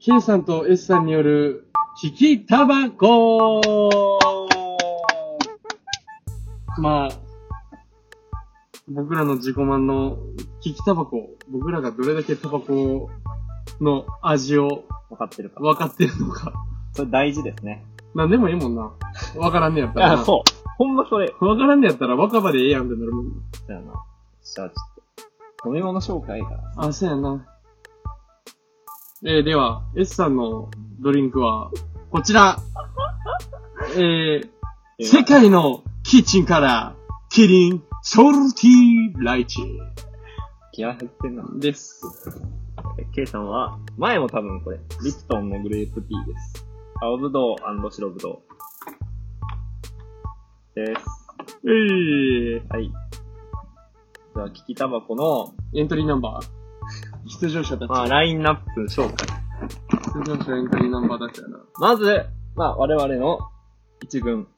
K さんと S さんによる、キきタバコまあ、僕らの自己満のキきタバコ、僕らがどれだけタバコの味を分かってるか。分かってるのか。それ大事ですね。なんでもいいもんな。分からんねやったらあ、な。そう。ほんまそれ。分からんねやったら若葉でええやんってなるもん。そうやな。じゃあちょっと、飲み物紹介が。あ、そうやな。えー、では、S さんのドリンクは、こちら。えー、世界のキッチンから、キリン、ソルティーライチ気合入ってんな。です。 K さんは、前も多分これ、リプトンのグレープティーです。青ぶどう白ぶどう。です。えー、はい。じゃあ、キキタバコの、エントリーナンバー。出場者たち。まあ、ラインナップ紹介。出場者エントリーナンバーだったよな。まず、まあ、我々の一軍。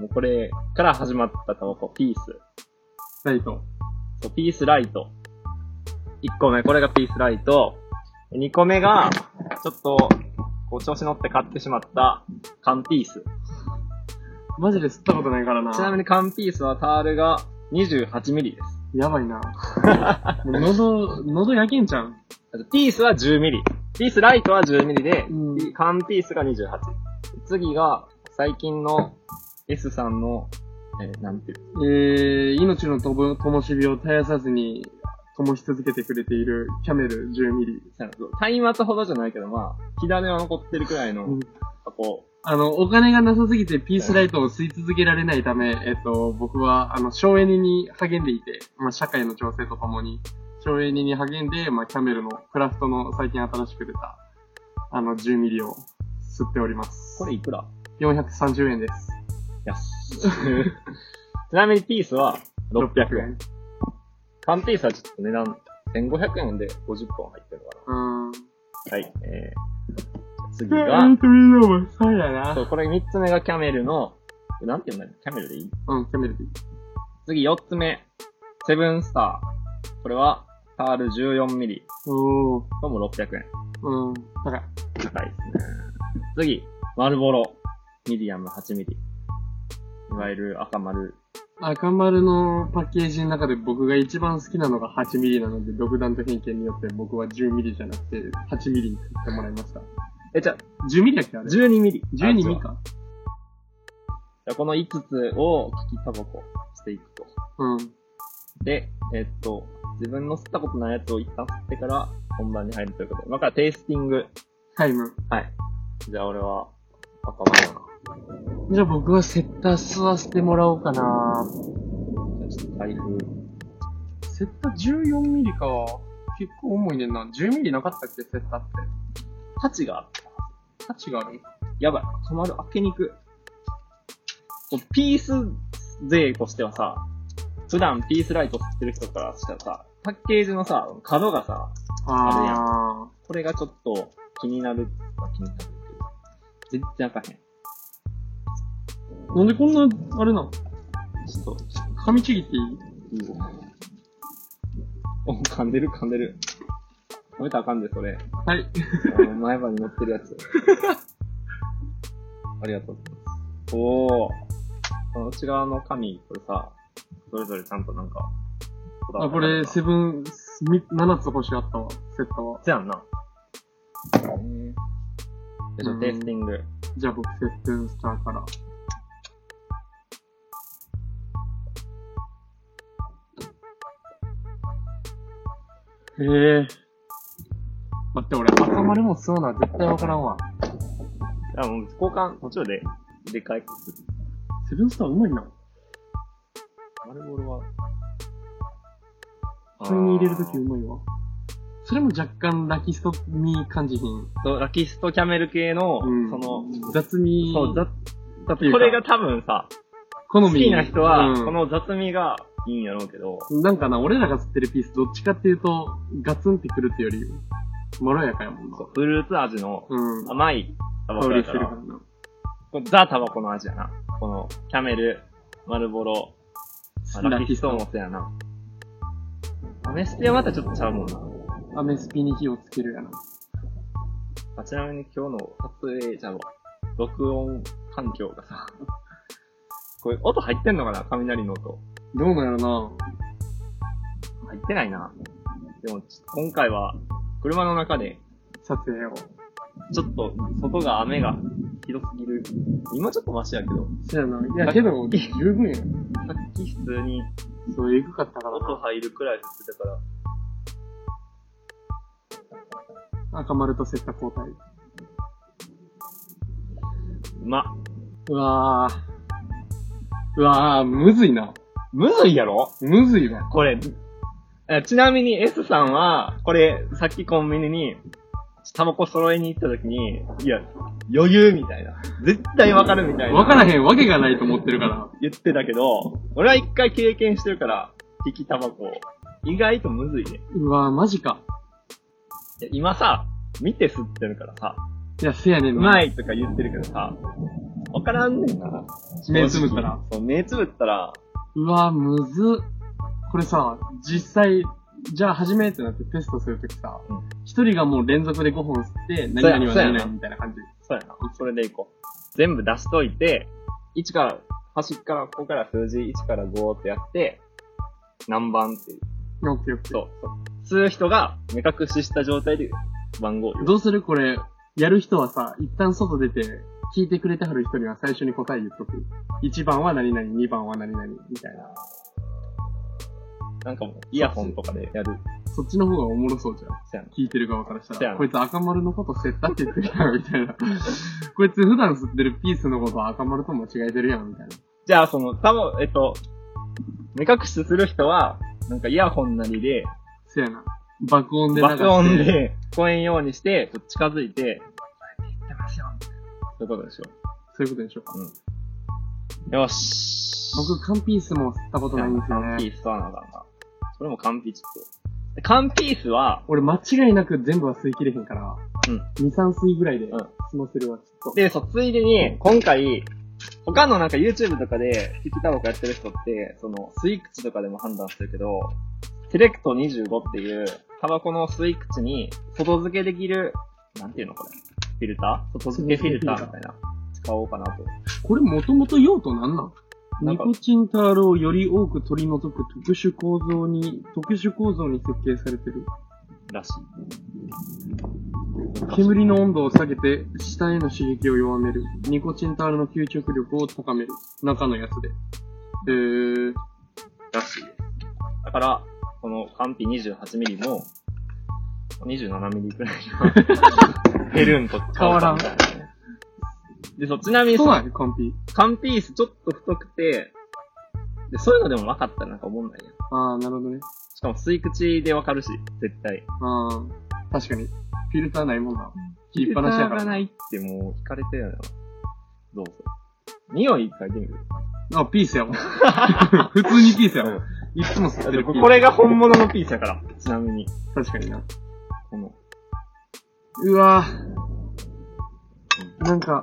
もうこれから始まったタバコ、ピース。ライト。そうピースライト。1個目、これがピースライト。2個目が、ちょっと、こう調子乗って買ってしまった缶ピース。マジで吸ったことないからな。ちなみに缶ピースはタールが28ミリです。やばいな。 もう喉、喉焼けんじゃん。あとピースは10ミリ。ピースライトは10ミリで、うんピ缶ピースが28。次が、最近の S さんの、えーなんていう、えー、命のとぼ、灯火を絶やさずに、灯し続けてくれているキャメル10ミリ。なんかそう松明ほどじゃないけど、まあ、火種は残ってるくらいのうん、こあの、お金がなさすぎてピースライトを吸い続けられないため、えっと、僕は、あの、省エネに励んでいて、まあ、社会の調整とともに、省エネに励んで、まあ、キャメルのクラフトの最近新しく出た、あの、10ミリを吸っております。う、これいくら430円です。安っ ちなみにピースは600円。。缶ピースはちょっと値段1500円で50本入ってるのかうーん。な。はい。えー、次エがン、トリーナンバーそうやそな。う、これ3つ目がキャメルの、なんていうんだろうキャメルでいいうん、キャメルでいい。次4つ目、セブンスター。これは、タール14ミリ。おー。これも600円。うん、高い。高いですね。次、マルボロ。ミディアム8ミリ。いわゆる赤丸。赤丸のパッケージの中で僕が一番好きなのが 8mm なので、独断と偏見によって僕は 10mm じゃなくて 8mm に買ってもらいました。え、じゃあ、 10mm だっけあれ12ミリ。 12ミミリ。じゃか。あこの5つを利きタバコしていくと。うん。で、えっと、自分の吸ったことないやつを一旦吸ってから本番に入るということで。今からテイスティング。タイム。はい。じゃあ俺は、赤丸かじゃあ僕はセッター吸わせてもらおうかなな。じゃあちょっと開封。セッター 14mm か。結構重いねんな。10mm なかったっけセッターって。価値がある価値があるやばい、止まる、開けにくい。こうピース勢としてはさ、普段ピースライト吸ってる人からしたらさ、パッケージのさ、角がさ、あこれがちょっと気になる、まあ気になるけど、全然開かへん。ー。なんでこんな、あれなのちょっと、噛みちぎっていいいいよお、噛んでる噛んでる。食べたらあかんで、それ。はい。あの前歯に乗ってるやつ。ありがとうございます。おお。この内側の紙、これさ、それぞれちゃんとなんか、あ、これ、セせ、ブン、み7つ星あったわ。セッターは。じゃんな。じゃあ、テイスティング。じゃあ僕、セットゥンスターから。へえ。待って、俺、赤丸も吸うな。絶対わからんわ。あ、もう、交換、途中で、でかい。セブンスターうまいな。丸ボールは、それに入れるときうまいわ。それも若干ラキストに感じひん。そうラキストキャメル系の、うんその、雑味。そう、雑、だっていうかこれが多分さ、好み。好きな人は、うんこの雑味がいいんやろうけど、なんかな、俺らが吸ってるピース、どっちかっていうと、ガツンってくるってより、まろやかやもんなそう。フルーツ味のうん。甘いタバコ香やりかしてるからら、な。これザタバコの味やな。この、キャメル、マルボロ、まあラキストもそうやな。アメステはまたちょっとちゃうもんな。アメスピに火をつけるやな。あちなみに今日の撮影者の録音環境がさ、 これ音入ってんのかな雷の音。どうなんやろ入ってないな。でも、ち今回は車の中で、な撮影を。ちょっと外が雨がひどすぎる。今ちょっとマシやけど、そうやな。いや、けど、十分やん。さっき普通にそう、えぐかったから音入るくらい降ってたから、な。赤丸とセッタ交代。ま、うわぁ。うわぁ、むずいな。むずいやろむずいわ。これ、えちなみに S さんは、これ、さっきコンビニに、タバコ揃えに行った時に、いや、余裕みたいな。絶対わかるみたいな。わからへんわけがないと思ってるから。言ってたけど、俺は一回経験してるから、引きタバコ。意外とむずいね。うわぁ、マジか。いや今さ、見て吸ってるからさ、いや、せやねんうな。まい。いとか言ってるけどさ、わからんねんな。目つぶったら。そう、目つぶったら、うわぁ、むずっ。これさ、実際、じゃあ始めってなってテストするときさうん、一、人がもう連続で5本吸って、何そうや々は何そうやな々みたいな感じ。そうやな。それでいこう。全部出しといて、1から、端っから、ここから数字1から5ってやって、何番っていう。オッケーオッケそう。そう吸う人が目隠しした状態で番号を言ー。う。どうするこれ、やる人はさ、一旦外出て、聞いてくれてはる人には最初に答え言っとく。1番は何々、2番は何々、みたいな。なんかもう、イヤホンとかでやる。そっちの方がおもろそうじゃん。そうやな。聞いてる側からしたそうやら、なこいつ赤丸のことセッタって言ってるやん、みたいな。 こいつ普段吸ってるピースのことは赤丸と間違えてるやん、みたいな。じゃあ、その、多分、えっと、目隠しする人は、なんかイヤホンなりで、せやな。爆音で流して。爆音。で、聞こえんようにして、こう近づいて、言ってますよ。そういうことでしょ。そういうことでしょうか。よし。僕、缶ピースも吸ったことないんですよカンピね。ースはなんだな。それもカンピースと。カンピースは、俺、間違いなく全部は吸い切れへんから、うん2、3吸いぐらいでうん済ませるわ、きっと。で、そう、ついでに、今回、他のなんか YouTube とかで、引きタバコやってる人って、その、吸い口とかでも判断するけど、セレクト25っていう、タバコの吸い口に、外付けできる、なんていうのこれ、フィルター外付けフィルターみたいな、使おうかなと。これもともと用途なんなんなんニかコチンタールをより多く取り除く特殊構造に、特殊構造に設計されてる。らしい。煙の温度を下げて、下への刺激を弱める。ニコチンタールの吸着力を高める。中のやつで。えー、らしいです。だから、この完備28ミリも、27ミリくらい のヘルンと変わらん。で、そう、ちなみにそうそなの、んやコンピ。缶ピースちょっと太くて、で、そういうのでも分かったらなんか思んないやん。あー、なるほどね。しかも吸い口で分かるし、絶対。あー、確かに。フィルターないもんな。切りっぱなしやかフィルターら。がないってもう惹かれてるよな。どうぞ。匂い嗅いでみる。あ、ピースやも ん。普通にピースやもん。いつも吸ってるピース。これが本物のピースやから、ちなみに。確かにな。この、うわぁ。なんか、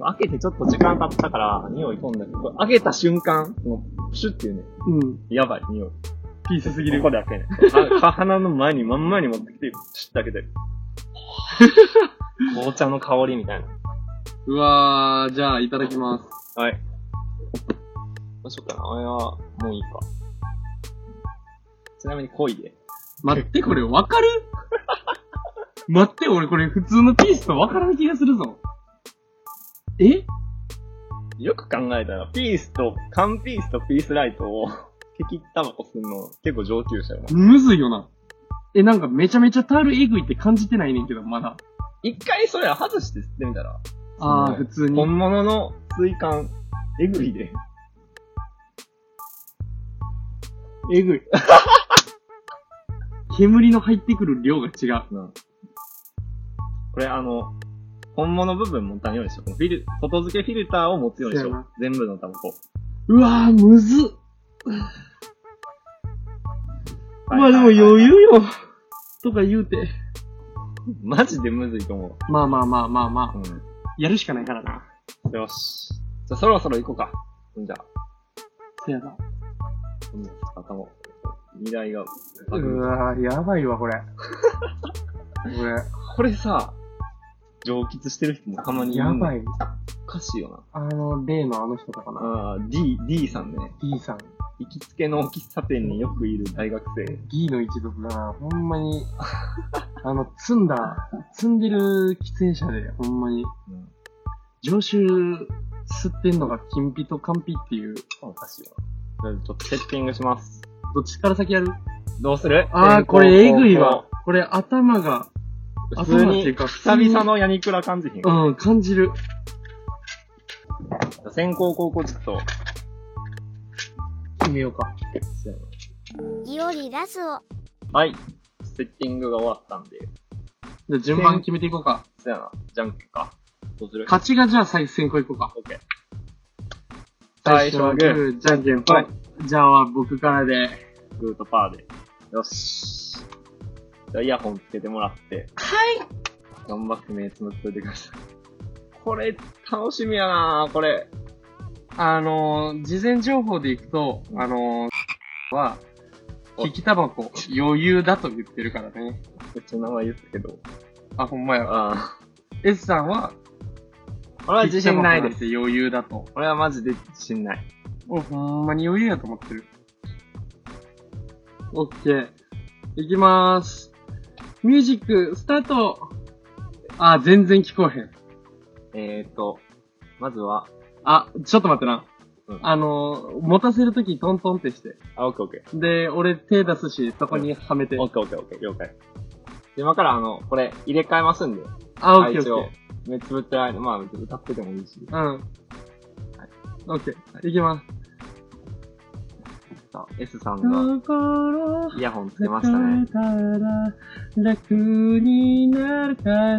開けてちょっと時間経ったから、匂い飛んだけど、これ開けた瞬間、もう、プシュっていうね、うん。やばい匂い。ピースすぎるここ。で開けないは。鼻の前にまんまに持ってきて、プシュって開け て。紅茶の香りみたいな。うわー、じゃあ、いただきます。はい。どうしようかな。あれは、もういいか。ちなみに濃いで。待って、これわかる待って、俺これ普通のピースとわからん気がするぞ。えよく考えたら、ピースと、缶ピースとピースライトを、 敵タバコするの、結構上級者やな。むずいよな。え、なんかめちゃめちゃタールエグいって感じてないねんけど、まだ。一回それ外して吸ってみたら、あー、うん普通に。本物の水管、えぐいで。えぐい。煙の入ってくる量が違う。これあの、本物部分持たんようにしよう。このフィル、外付けフィルターを持つようにしよそうやう。全部のタバコ。うわー、むずっ。まあでも余裕。裕よ。とか言うて。マジでむずいと思まあまあまあまあまう。あ。うやるしかないからな。ん。よし。じゃあそろそろ行こうか。じゃあ、せやな。この頭を。未来が。 うわー、やばいわ、これ。これ。これさ、上喫してる人もたまにいるやのばい。おかしいよあの、例のあの人とかな。な。ああ、D、D さんね。 D さん。行きつけの喫茶店によくいる大学生。 D の一族がな、ほんまに、 あの、積んだ、積んでる喫煙者で、ほんまに、うん。常習吸ってんのが金ピと完ピっていう、おかしいよな。じゃあちょっとセッティングします。どっちから先やるどうするあ先あ、行これえぐいわ後。これ頭が、攻普頭通っていにう、か、久々のヤニクラ感じひん。うん、感じる。先行高校ちょっと。決めようか。ギオリラスをはい。セッティングが終わったんで。じゃあ順番決めていこうか。そやな。じゃんけんか。どうする勝ちがじゃあ最先行いこうか。オッケー。最初はグー、ー、じゃんけんぽはいい。じゃあ僕からで。グーとパーで。よし。じゃあイヤホンつけてもらって。はい。頑張って目つむっといてください。これ、楽しみやなこれ。あのー、事前情報でいくと、あのー、は、お引きタバコ余裕だと言ってるからね。うちの名前言ったけど。あ、ほんまや。ああ。 S さんは、俺は自信ないです。す。余裕だと。俺はマジで自信ない。お、ほんまに余裕やと思ってる。オッケー。いきまーす。ミュージック、スタートあ、全然聞こえへん。えーと、まずは、あ、ちょっと待ってな。うんあのー、持たせるときトントンってして。あ、オッケーオッケー。で、俺手出すし、そこにはめて。オッケーオッケーオッケー、了解。今からあの、これ入れ替えますんで。あ、オッケーオ一ッ応ケー。目つぶってないの、まあ別に歌っててもいいし。うん。オッケー。いきます。さあ S さんが心イヤホンつけましたね。たら楽になるかな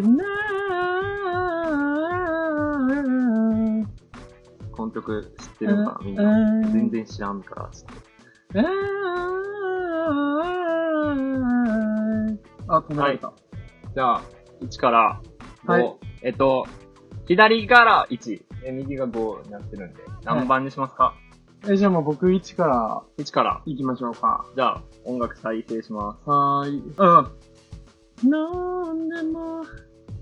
この曲知ってるのかなみんな。全然知らんから、ちょっあ、止められた。と。じゃあ、1から5、はいえっと、左から1、え右が5になってるんで、何番にしますか、え、じゃあもう僕1から ?1 から。行きましょうか。じゃあ、音楽再生します。はーい。うん。なんでも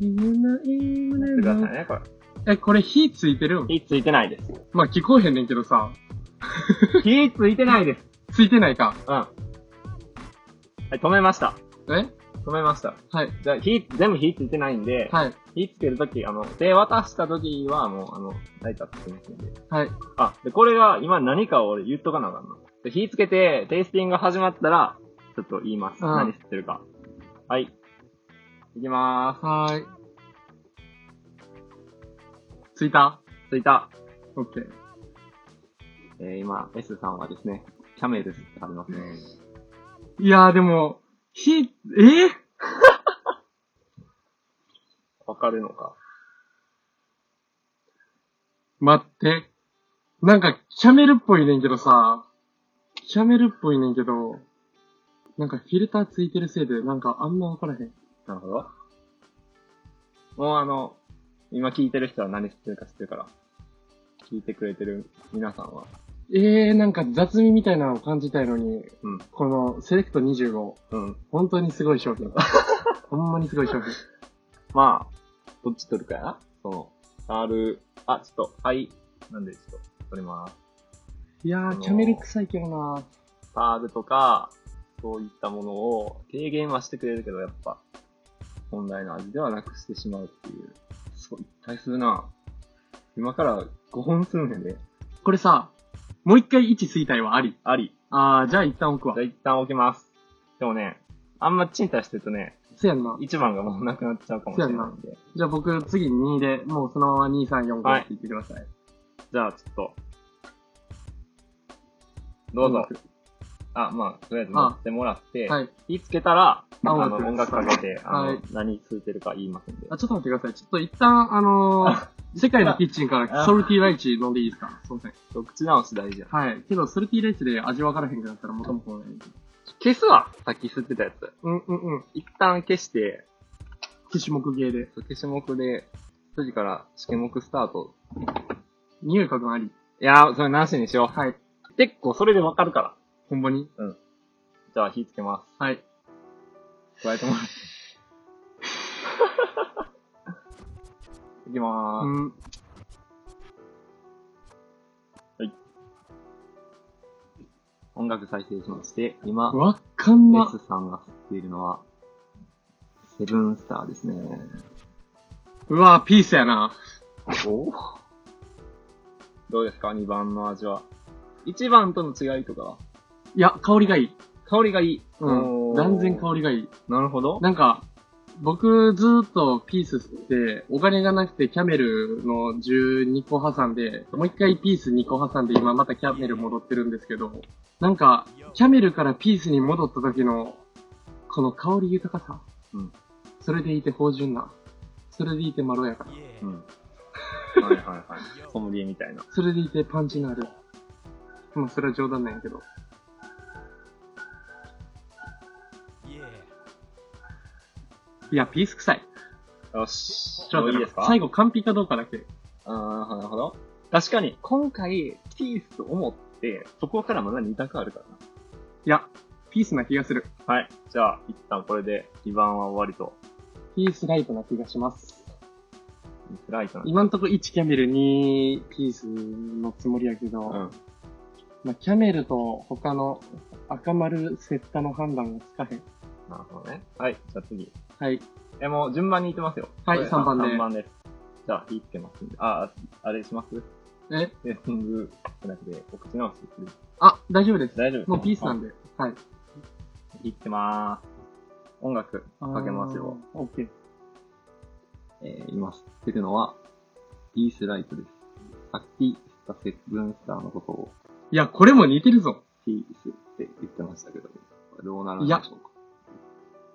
言えないやっ胸てくだのさいね、これ。え、これ火ついてる火ついてないです。まあ聞こえへんねんけどさ。火ついてないです。ついてないか。うん。はい、止めました。え止めました。はい。じゃあ、火、全部火ついてないんで、はい。火つけるとき、あの、手渡したときは、もう、あの、ライターつけますんで。はい。あ、で、これが、今何かを俺言っとかなあかんな。で、火つけて、テイスティングが始まったら、ちょっと言います。うん何吸ってるか。はい。いきまはーい。ついたーす。着いた。オッケー。えー、今、S さんはですね、キャメルスってありますね。いやーでも、火、えー、わかるのか。待って。なんか、キャメルっぽいねんけどさ。キャメルっぽいねんけど、なんかフィルターついてるせいで、なんかあんまわからへん。なるほど。もうあの、今聞いてる人は何吸ってるか知ってるから。聞いてくれてる皆さんは。えー、なんか雑味みたいなのを感じたいのに、うんこのセレクト25、うん。本当にすごい商 品。ほんまにすごい商品。まあ、どっち取るかやな。その、R、あ、ちょっと、はい。なんで、ちょっと、取ります。いやー、キャメル臭いけどなパールとか、そういったものを軽減はしてくれるけど、やっぱ、本来の味ではなくしてしまうっていう。そう、いっぱいするな。今から5本すんねんで。これさ、もう一回位置衰退はあり。あり。あー、じゃあ一旦置くわじゃあ。一旦置きます。でもね、あんま賃貸してるとね、せやんな。 1番がもうなくなっちゃうかもしれないんで。じゃあ僕、次2で、もうそのまま2、3、4、5はいって言ってください。じゃあちょっと。どう音ぞ。楽あ、まあ、とりあえず持ってもらって、はい。火つけたら、あ音楽の、音楽かけて、あの、はい何吸ってるか言いますんで。あ、ちょっと待ってください。ちょっと一旦、あのー、世界のキッチンからあソルティーライチ飲んでいいですかすいません。一口直し大事や。はい。けど、ソルティーライチで味わからへんくなったら元も子もない。消すわさっき吸ってたやつ。うんうんうん。一旦消して、消し木芸で。消し目で、次から試験目スタート。匂い確認あり。いやー、それなしにしよはい。う。結構それでわかるから。ほんまにじゃあ火つけまはい。す。加えてもらって。いきまーす。うん。音楽再生しまして、今、わかんな。 S さんが吸っているのは、セブンスターですね。うわピースやな。おどうですか ?2 番の味は。1番との違いとか、いや、香りがいい。香りがいい。うん。おー断然香りがいい。なるほど。なんか、僕ずーっとピースって、お金がなくてキャメルの12個挟んで、もう一回ピース2個挟んで、今またキャメル戻ってるんですけど、なんか、キャメルからピースに戻った時の、この香り豊かさ。うん。それでいて芳醇な。それでいてまろやかな。うん。はいはいはい。ソムリエみたいな。それでいてパンチのある。まあ、それは冗談なんやけど。いや、ピース臭い。よし。ちょっともういい待でっすてか最後完璧かどうかだけ。ああ、なるほど。確かに、今回、ピースと思って、そこからまだ2択あるからな。いや、ピースな気がする。はい。じゃあ、一旦これで、2番は終わりと、ピースライトな気がします。ミスライトなんで今んとこ1キャメル2ピースのつもりやけど、うん。まあ、キャメルと他の赤丸セッタの判断がつかへん。なるほどね。はい。じゃあ次。はい。え、もう順番にいってますよ。はいこれ三番で三番です。じゃあ、火つけますんで。あ、あれします えテスティングじゃなくて、お口直しする。あ、大丈夫です。大丈夫ですもうピースなんで。はい。いってまーす。音楽かけますよ。あー。オッケー。えー、今吸ってるのは、ピースライトです。さっき吸ったセブンスターのことを、いや、これも似てるぞ。ピースって言ってましたけど、どうなるんでしょうか。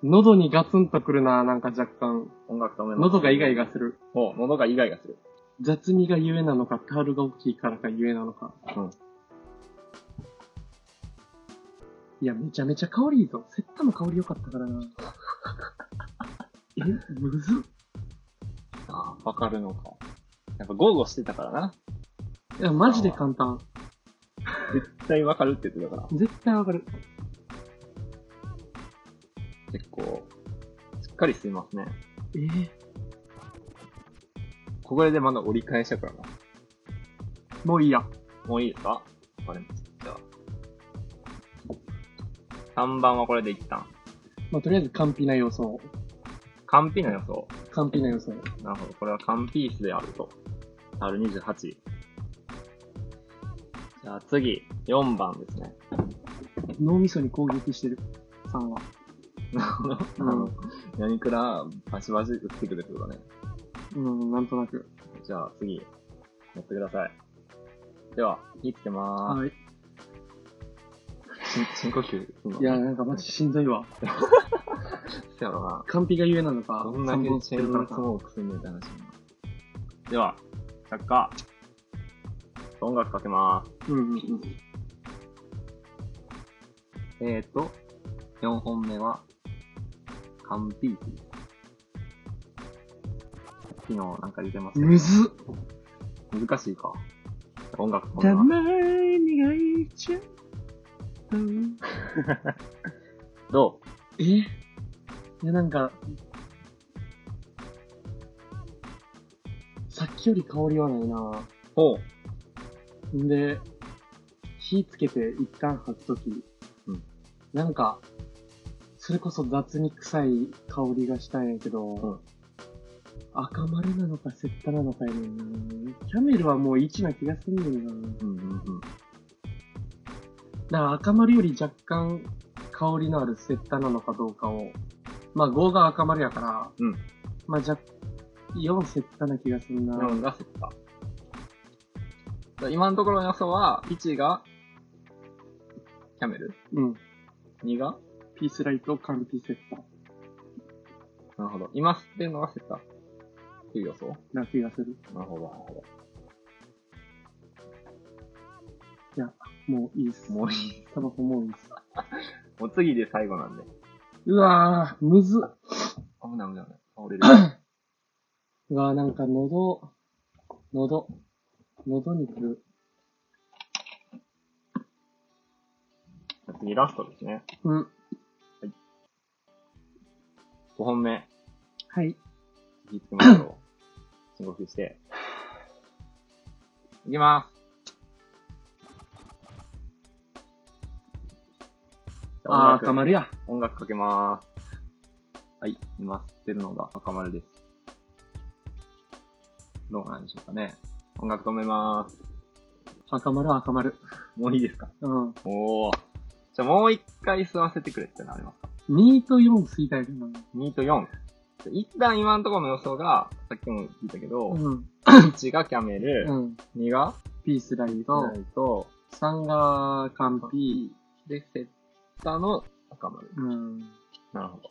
喉にガツンとくるな、なんか若干。音楽止めます。喉がイガイガする。そう、喉がイガイガする。雑味がゆえなのか、タールが大きいからかゆえなのか。うんいや、めちゃめちゃ香りいいぞ。セッタも香り良かったから な。え、むずっああ、わかるのか。やっぱ豪語してたからな。いや、マジで簡単。絶対わかるって言ってたから。絶対わかる。結構、しっかり吸いますね。えー、ここでまだ折り返したからな。もういいや。もういいですかわかりました。じゃあ。3番はこれで一旦。まあ、とりあえず完璧な予想。完璧な予想。完璧な予想。なるほど。これは完ピースであると。R28。じゃあ次、4番ですね。脳みそに攻撃してる。さんは。あの、ヤニクラ、バシバシ打ってくるってことかね。うん、なんとなく。じゃあ次、持ってください。では、火つけまーはい。す。深深呼吸すんのいや、なんかマジしんどいわ。そうやろな。完璧がゆえなのか。どんだけチェーンスモークすんねんって話になるでは、着火。音楽かけまーす。うんうんうん。えーと、4本目は、缶ピースです。昨日なんか言ってますけどむずっ。難しいか。音楽かけたます。まにがいちゃう。どうえいや、なんか、さっきより香りはないなほう。んで、火つけて一旦吐くとき、うんなんか、それこそ雑に臭い香りがしたんやけど、ん赤丸なのかセッタなのかやねんなキャメルはもう一な気がすんねんなうんうんうん。だから赤丸より若干香りのあるセッタなのかどうかを、まあ5が赤丸やから、うんまあ若4セッタな気がするな。 4がセッター。今のところの予想は、1が、キャメルうん。 ?2 がピースライト、カンピセッタなるほど。今吸ってるのがセッター。っていう予想な気がする。なるほど、なるほもういいっす。もういい。タバコもういいっす。もう次で最後なんで。うわぁ、むずっ。危ない危ない危 ない。倒れる。うわぁ、なんか喉、喉、喉に来る。次ラストですね。うん。 5本目。はい。 引きつけましょう。深呼吸して。いきます。あー、音赤楽丸や。音楽かけまーす。はい、今吸ってるのが赤丸です。どうなんでしょうかね。音楽止めまーす。赤丸、赤丸。もういいですかうん。おー。じゃあもう一回吸わせてくれってのありますか2と4吸いたいな。 ?2 と4。一旦今のところの予想が、さっきも聞いたけど、うん。 1がキャメル、うん。 2がピースライとト、、と、 3がカンピで、セッターの赤丸。ー。うん。なるほど。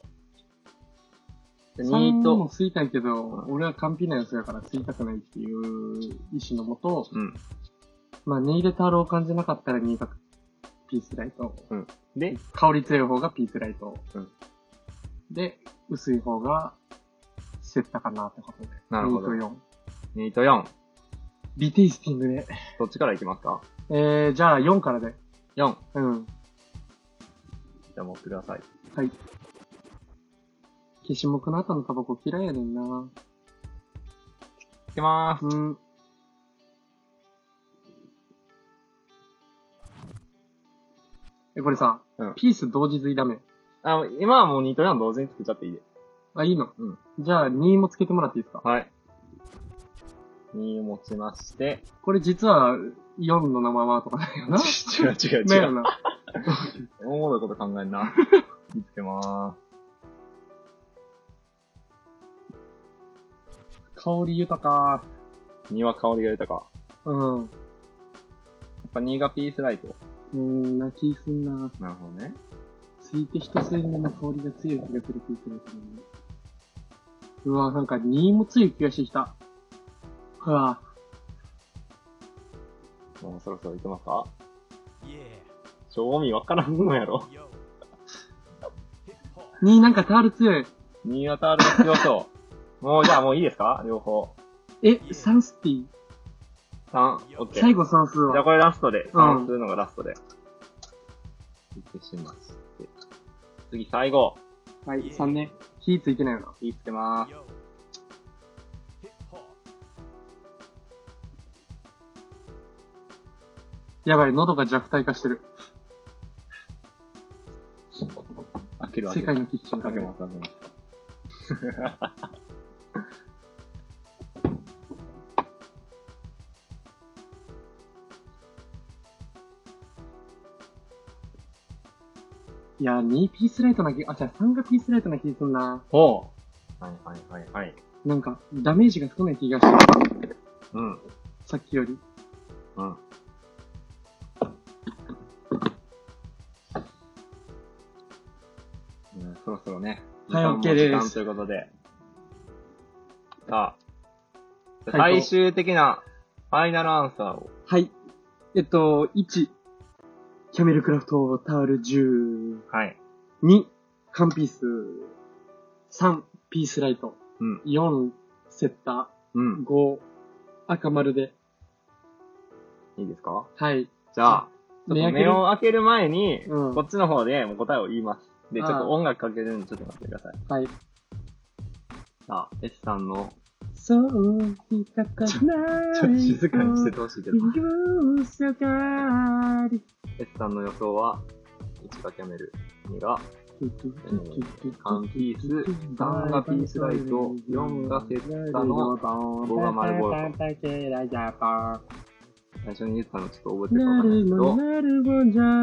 3 2ととも、吸いたいけど、俺は完璧なやつやから吸いたくないっていう意思のもと、うん。まあ、ネイル太郎感じなかったら2がピースライト。で、香り強い方がピースライト。うんで、薄い方が、セッタかなってことで。なるほど2と4。 2と4。リテイスティングで。どっちからいきますかえー、じゃあ4からで。 ?4。うん。じゃあ持ってください。はい。消しもくの後のタバコ嫌いやねんな。いきまーす。うん。え、これさ、うんピース同時吸いダメ。あ、今はもう2と4同時につけちゃっていいです。あ、いいのうん。じゃあ2もつけてもらっていいですかはい。2を持ちまして、これ実は4のままとかだよな。 違う違うだ違よう。 な。おもろいこと考えんな。見つけまーす。香り豊か。 2は香りが豊か。うん。うやっぱ2がピースライト。ーん、泣きすんな。なるほどね。ついて一吸い目の香りが強い気がする気がするけどね。うわ、なんか2も強い気がしてきた。うわ、もうそろそろいきますか Yeah. 賞味わからんのやろ。 Yo. Hip hop. 2なんかタール強い。新潟ある必要そう。もうじゃあもういいですか両方。え、サンスティ3、オッケー。最後算数じゃあは。これラストで。うん3するのがラストで。いってしまって。次最後。はい、3ね。火ついてないよな。火つけまーす。 Yo. Hip hop. やばい、喉が弱体化してる。開ける世界のキッチンだ開けけど。ます、開けます。いや、2ピースライトな気、あ、じゃあ3がピースライトな気すんな。ほう。はいはいはいはい。なんか、ダメージが少ない気がしてる。うん。さっきより。うん。うんそろそろね。はい時間も OK です時間ということで。さあ、回答最終的なファイナルアンサーを。はい。えっと、1、キャメルクラフトタオル10、はい。 2、カンピース、3、ピースライト、うん4、セッタうんー、。5、赤丸で。いいですかはい。じゃあ、ちょ目開っとけ目るを開ける前に、うんこっちの方でもう答えを言います。で、ちょっああと音楽かけるんでちょっと待ってください。はい。さあ、S さんの、そう、聞かかない。ちょっと静かにしててほしいけど、容赦があり S さんの予想は、1がキャメル、2がカンピース、3がピースライト、4がセッタの、5が丸ボルト。最初に言ってたのちょっと覚えてるかわか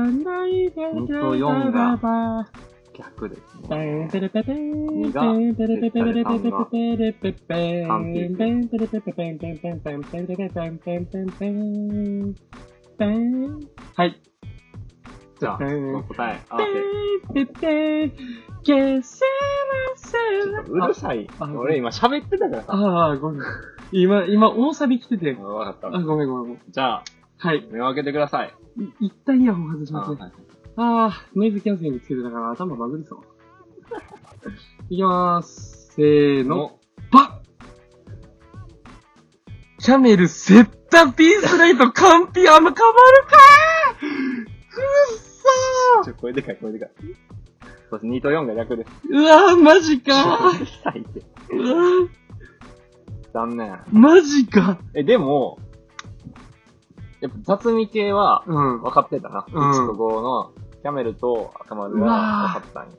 んないですけど、2と4が逆ですね。2が絶対3が完はい。じゃあ、もう答え合わせ。ちょっとうるさい。ああ俺今喋ってたからさ。ああ、ごめん。今、今、大サビ来てて。わかあ、った。ごめんごめんごめん。じゃあ、はい。目を開けてください。い一旦イヤホン外しあますはいね。ああ、ノイズキャンセリングつけてたから頭バグりそう。 いきまーす。せーの。の、ばキャメル、セッタ、ピースライト、カンピ、あの、カバルかーくっそちょ、声でかい、声でかい。そして2と4が逆です。ーうわー、マジかーうるさいって。うわー 残念。マジかえ、でも、やっぱ雑味系はうん。分かってたな。うん1と5のキャメルと赤丸うはわ分ーかったんや。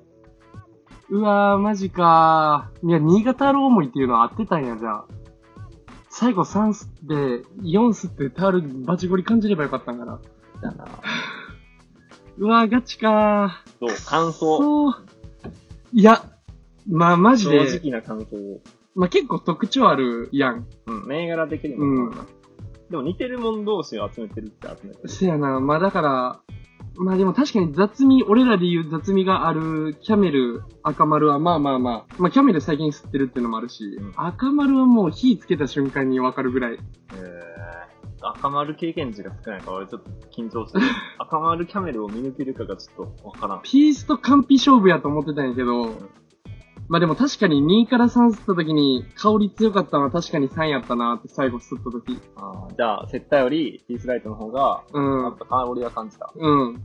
うわー、マジかー。いや、新潟ローモイっていうのは合ってたんや、じゃあ。最後3すって、4すってタオルバチゴリ感じればよかったんかな。だな。 うわー、ガチかー。どう感想。そう。いや、まあマジ正で、直な感想。まあ結構特徴あるやん。うん、銘柄的にも分かったな。でも似てるもん同士を集めてるって集めてる。せやな、まあだから、まあでも確かに雑味、俺らで言う雑味があるキャメル、赤丸はまあまあまあ、まあキャメル最近吸ってるっていうのもあるし、うん赤丸はもう火つけた瞬間にわかるぐらい。えー、赤丸経験値が少ないから俺ちょっと緊張し てる。赤丸キャメルを見抜けるかがちょっと分からん。ピースと完璧勝負やと思ってたんやけど、まあでも確かに2から3吸った時に香り強かったのは確かに3やったなって最後吸った時。あーじゃあ、セッターよりピースライトの方が、うん。やっぱ香りは感じた。うん。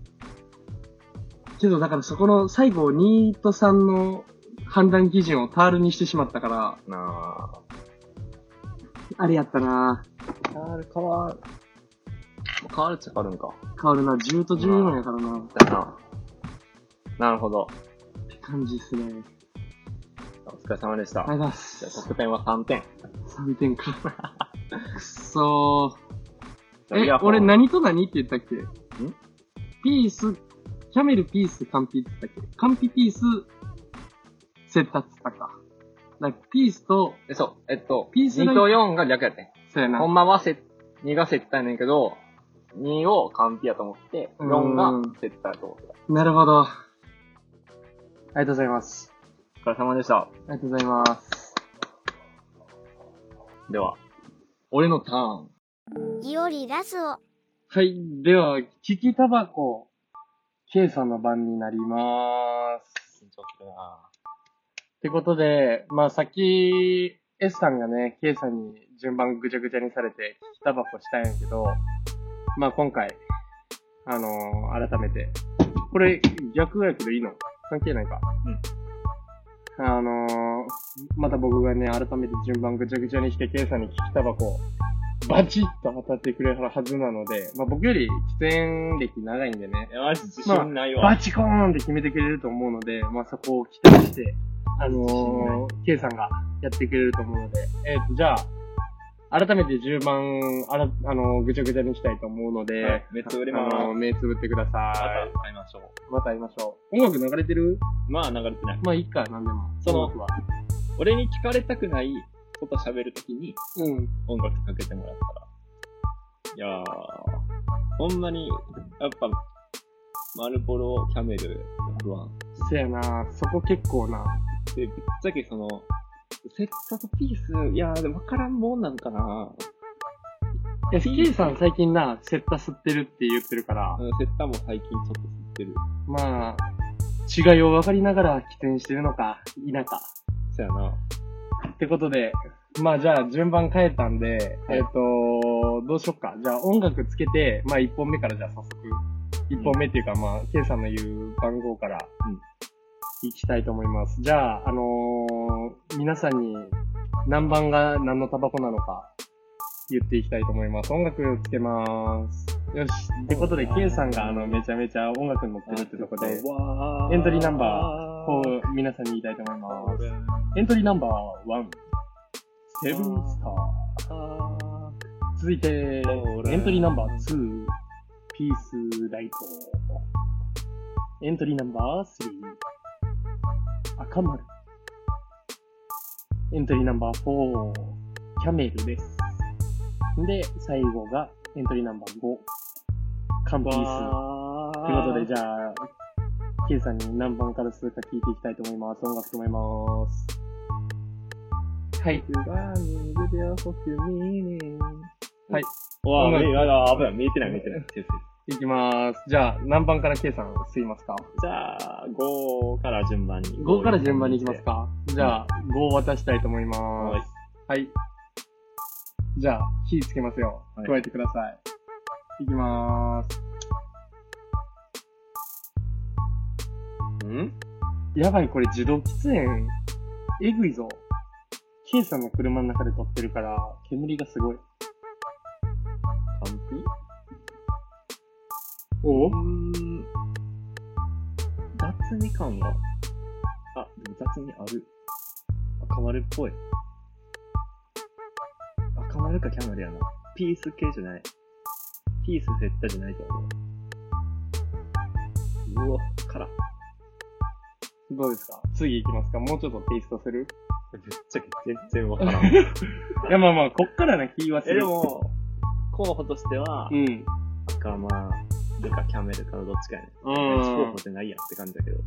けど、だからそこの最後2と3の判断基準をタールにしてしまったから、なあ。あれやったな変わる、変わる。変わるっちゃ変わるんか。変わるな10と14やからなっだな。なるほど。て感じっすね。ありがお疲れ様でした。とうございまじゃあ、す。得点は3点。 3点 か。くっそー。いえや、俺な何と何って言ったっけピース、キャメルピース、カンピって言ったっけカンピピース、セッタって言ったか。だからピースと、そう、えっと、ピースライト2と4が逆やってん。そうやな。ほんまはせ、2が接待なんやけど、2を完璧やと思って、うん4が接待やと思ってた。なるほど。ありがとうございます。お疲れ様でした。ありがとうございます。では、俺のターン。いおりラスをはい。では、キキタバコ、K さんの番になりまーす。緊張するなってことで、まあさっき、S さんがね、K さんに順番ぐちゃぐちゃにされて、キキタバコしたんやけど、まあ今回、あのー改めて。これ、逆やけどいいの関係ないか。うん。あのーまた僕がね、改めて順番ぐちゃぐちゃにして、K さんにキキタバコ、バチッと当たってくれるはずなので、まあ僕より喫煙歴長いんでね、いや、マジ自信ないバチコーンって決めてくれると思うので、まあ、そこを期待して、あのー、K さんがやってくれると思うので、えっ、と、じゃあ、改めて10番、あら、あのーぐちゃぐちゃにしたいと思うので、はい目つぶりますあのー目つぶってくださまた会いましょい。また会いましょう。音楽流れてるう。まあ、流れてない。まあ、いいか、なんでも。その音楽は。俺に聞かれたくないこと喋るときにうん。音楽かけてもらったら。いやー、ほんまに、やっぱ、マルボロ、キャメル、不安。せやなそこ結構な。で、ぶっちゃけその、セッタとピース、いやー、わからんもんなんかな。いや、K さん最近な、セッタ吸ってるって言ってるから、うんセッタも最近ちょっと吸ってる。まあ、違いを分かりながら起点してるのか、否か。そやな。ってことで、まあじゃあ順番変えたんで、はいえっ、と、どうしよっか。じゃあ音楽つけて、まあ1本目からじゃあ早速、1本目っていうかまあ、K さんの言う番号からうん、いきたいと思います。じゃあ、あのー皆さんに何番が何のタバコなのか、言っていきたいと思います。音楽つけます。よし。ってことで、K さんがあの、めちゃめちゃ音楽に乗ってるってとこで、エントリーナンバこー。う、皆さんに言いたいと思います。エントリーナンバーワンセブンスター。続いて、エントリーナンバーツーピースライト。エントリーナンバースリー赤丸。エントリーナンバーフォーキャメルです。で、最後がエントリーナンバー5カンピース。ということで、じゃあ、K さんに何番からするか聞いていきたいと思います。音楽と思います。はい。はい。わ音あ、楽見えああ危ない、見えてない、見えてない。いきまーす。じゃあ、何番から K さん吸いますかじゃあ、5から順番に。 ?5 から順番にいきます。かじゃあ、5を渡したいと思いまはーいす。。はい。じゃあ、火つけますよ。はい加えてください。いきまーす。んやばい、これ自動喫煙。えぐいぞ。 K さんの車の中で撮ってるから、煙がすごい。完璧おおうーん。雑味感は、あ、でも雑味ある。赤丸っぽい。赤丸かキャメルやな。ピース系じゃない。ピース絶対じゃないと思う。うわ、辛っ。どうですか次行きますかもうちょっとテイストするぶっちゃけ全然わ からん。いや、まあまあ、こっからな気はすえ、る。でも、候補としてはう、ん。赤丸かキャメルかのどっちかやね。う候ん補。じゃないやんって感じだけど。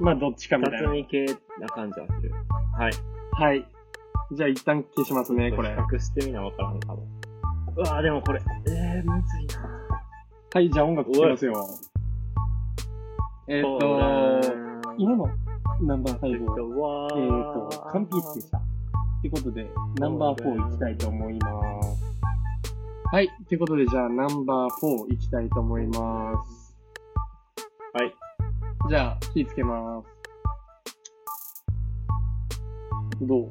まあ、どっちかみたいな雑。味系な感じはする。はい。はい。じゃあ、一旦消しますね、これ。比較してみなわからんかも。うわぁ、でもこれ、えー、むずいなはい、じゃあ音楽聴きますよ。えっそうと、ね今のナンバーえっ5を、と、わえー。っと、完璧でした。ってことで、ナンバー4行きたいと思います。はい、ってことで、じゃあ、ナンバー4行きたいと思います。はい。じゃあ、火つけます。どう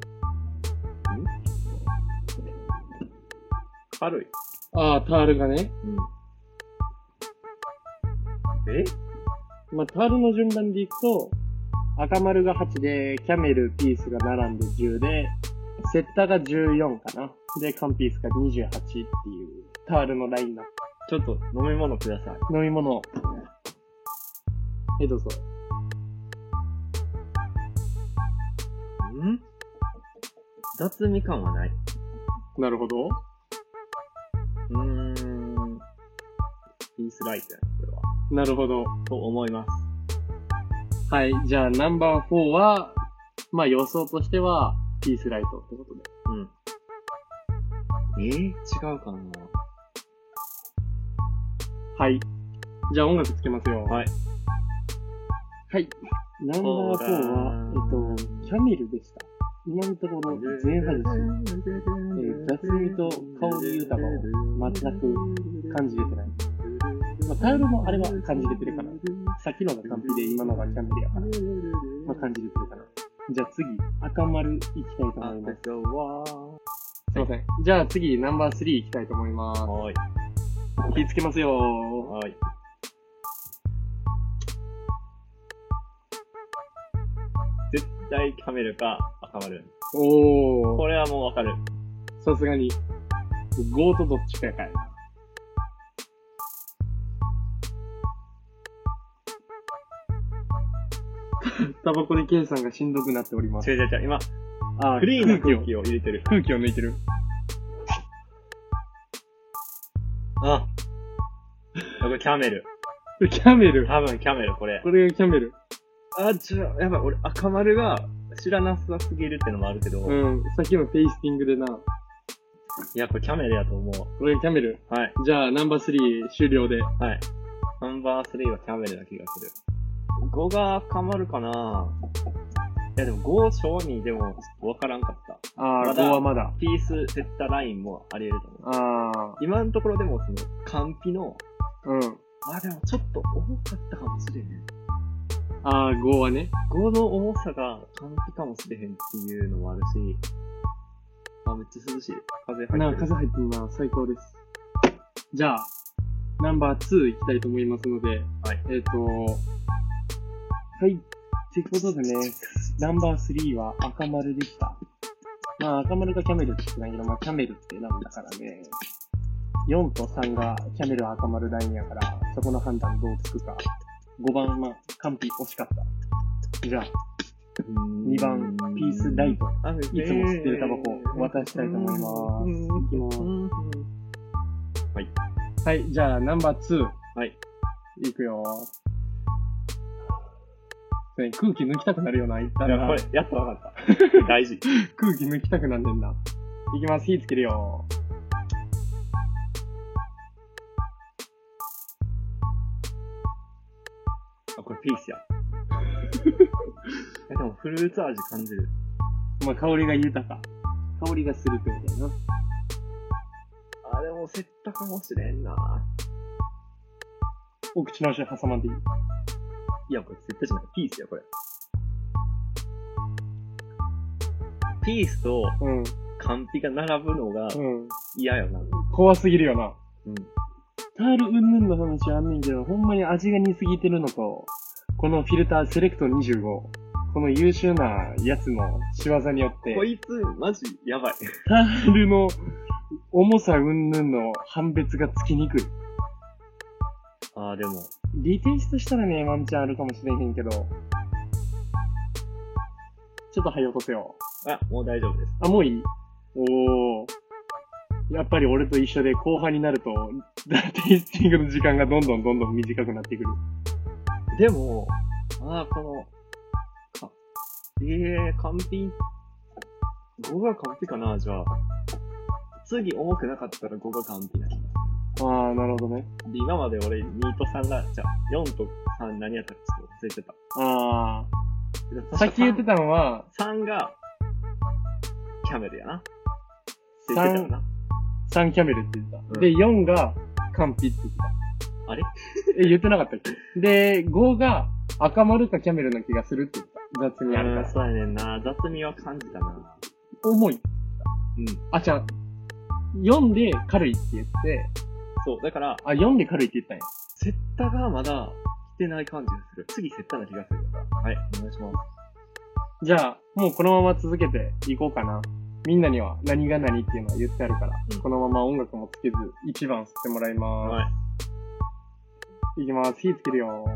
軽い。ああ、タールがね。うん。えまあ、タールの順番でいくと、赤丸が8で、キャメル、ピースが並んで10で、セッターが14かな。で、カンピースが28っていう、タールのラインナッちょっと飲み物ください。プ。飲み物。え、どうぞ。ん雑味感はない。なるほど。うーん。ピースライトやな、これは。なるほど。と思います。はい。じゃあ、ナンバー4は、まあ予想としては、ピースライトってことで。うん。えー、違うかなはい。じゃあ音楽つけますよ。はい。はい。ナンバー4は、そうだえっと、キャメルでした。今のところ全外し。ー雑味と香り豊かを全く感じれてない。まあ、タイルもあれは感じれてるかな。さっきのが完璧で今のがキャメルやから。まあ、感じれてるかな。じゃあ次、赤丸いきたいとあ思います。そうはすいません。じゃあ次、ナンバー3いきたいと思います。はい。気つけますよはい。絶対キャメルか赤丸。おこー。れはもうわかる。さすがに。ゴーとどっちかやから。タバコでケイさんがしんどくなっております。違う違う違う。今、あフリーの空を、気を入れてる。空気を抜いてる。あ。これキャメル。キャメル。多分キャメル、これ。これがキャメル。あ、違う。やばい、俺赤丸が知らなさすぎるってのもあるけど、いうん。さっきのテイスティングでな。や、これキャメルやと思う。これがキャメル。はい。じゃあ、ナンバー3終了で。はい。ナンバー3はキャメルな気がする。5が深まるかないやでも5、小2でもちょっとわからんかった。あまー、だ5はまだ。ピース、セッターラインもあり得ると思う。あ今のところでもその、完備の、ー、うん。あ、でもちょっと重かったかもしれへん。あー、5はね。 5の重さが完備かもしれへんっていうのもあるし、あ、めっちゃ涼しい。風入ってる。なんか風入ってるな、最高です。じゃあ、ナンバー2行きたいと思いますので、はいえっ、と、はい。ってことでね、ナンバー3は赤丸でした。まあ、赤丸がキャメルって言ってないけど、まあ、キャメルってなんだからね、4と3がキャメル赤丸ラインやから、そこの判断どうつくか。5番、まあ、完璧惜しかった。じゃあ、 2 2番、ピースライト。いつも吸ってるタバコを渡したいと思います。いきます。はい、じゃあ、ナンバー2。はい。いくよ。ね空気抜きたくなるよな、いったいや、らこ。れ、やっとわか った。大事。空気抜きたくなんねんな。いきます、火つけるよ。あ、これピースや。 え、でもフルーツ味感じる。まあ、香りが豊か。香りがするってことやな。あ、でもセッタかもしれんな。お口直し挟まんでいい。いや、これ絶対じゃない。ピースや、これ。ピースとうん。カンピが並ぶのがうん。嫌よな。怖すぎるよな。うん。タールうんぬんの話あんねんけど、ほんまに味が似すぎてるのと、このフィルターセレクト25、この優秀なやつの仕業によって、こいつ、マジ、やばい。タールの重さうんぬんの判別がつきにくい。ああ、でも、リテイストしたらね、ワンチャンあるかもしれへんけど、ちょっと早起こせよ。あ、もう大丈夫です。あ、もういいおお。やっぱり俺と一緒で後半になると、テイスティングの時間がどんどんどんどん短くなってくる。でも、ああ、この、か、ええー、完璧。5が完璧かな、じゃあ。次重くなかったら5が完璧な気がああ、なるほどね。するで、今まで俺2と3が、じゃあ4と3何やったかちょっと忘れてたあで確あ。か。さっき言ってたのは、 3が、キャメルやな。って言ってたよな。サンキャメルって言ってた。うんで、4がカンピって言ってあれた。え、言ってなかったっけで、5が赤丸かキャメルの気がするって言った。雑にあるうかんら。そうやねんな。雑味は感じたな。重い。うん。あ、じゃあ、4で軽いって言って、そう。だから、あ、4で軽いって言ったんや。セッタがまだ来てない感じがする。次セッタな気がするから。はい、お願いします。じゃあ、もうこのまま続けていこうかな。みんなには何が何っていうのは言ってあるから、うんこのまま音楽もつけず、1番吸ってもらいます。はい。いきます。火つけるよ。はい。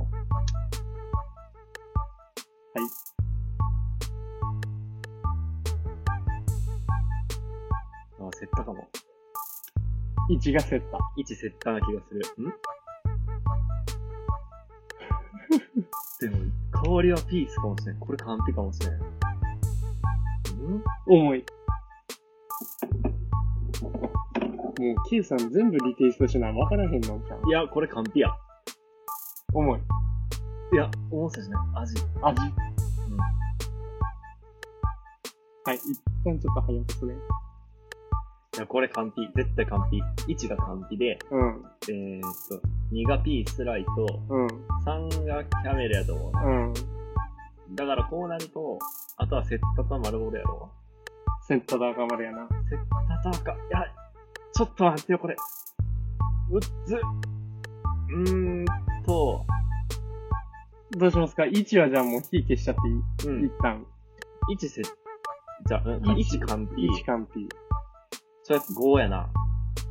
あ、セッタかも。 1がセッタ。 1セッタな気がする。ん でも、香りはピースかもしれん。これ完璧かもしれん。ん重い。もう、K さん全部リテイストしな、わからへんのじゃん。いや、これ完璧や。重い。いや、重さじゃない。味。味。はい、一旦ちょっと早くすね。いや、これ完璧。絶対完璧。1が完璧で、うん、えー、っと、2がピースライト、うん、 3がキャメルやと思うな。うん。だからこうなると、あとはセッタと丸ボールやろ。セッタだ赤丸やな。セッタと赤。いや、ちょっと待ってよ、これ。うっず。うーんと、どうしますか ?1 はじゃあもう火消しちゃっていい、うん一。旦。 1セッじゃあ、うん、1完璧。 1完ピそうやって5やな。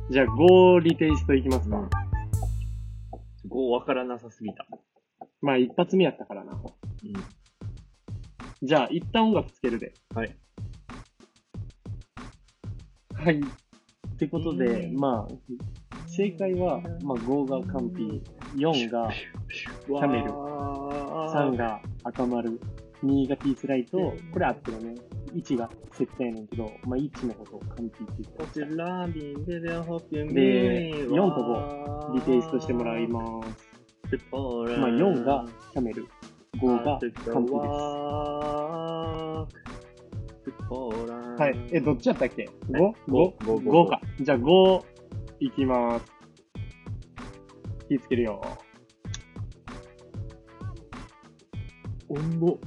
じゃあ5リテイストいきますか。うん5わからなさすぎた。まあ一発目やったからな。うん。じゃあ一旦音楽つけるで。はい。はい。ってことで、まあ、正解は、まあ5が完璧、4が、キャメル3 3。が赤丸、2がピースライト、これ合ってるね。1が接待やねんけど、まあ1のことを完璧ってこ言っちてらビンベベアホピュンで4と5リテイストしてもらいます。す。ままあ4がキャメル、5が完璧です。ははい。え、どっちやったっけ ?5?5?5 五五五か。じゃあ5、いきまーす。火つけるよ。重っ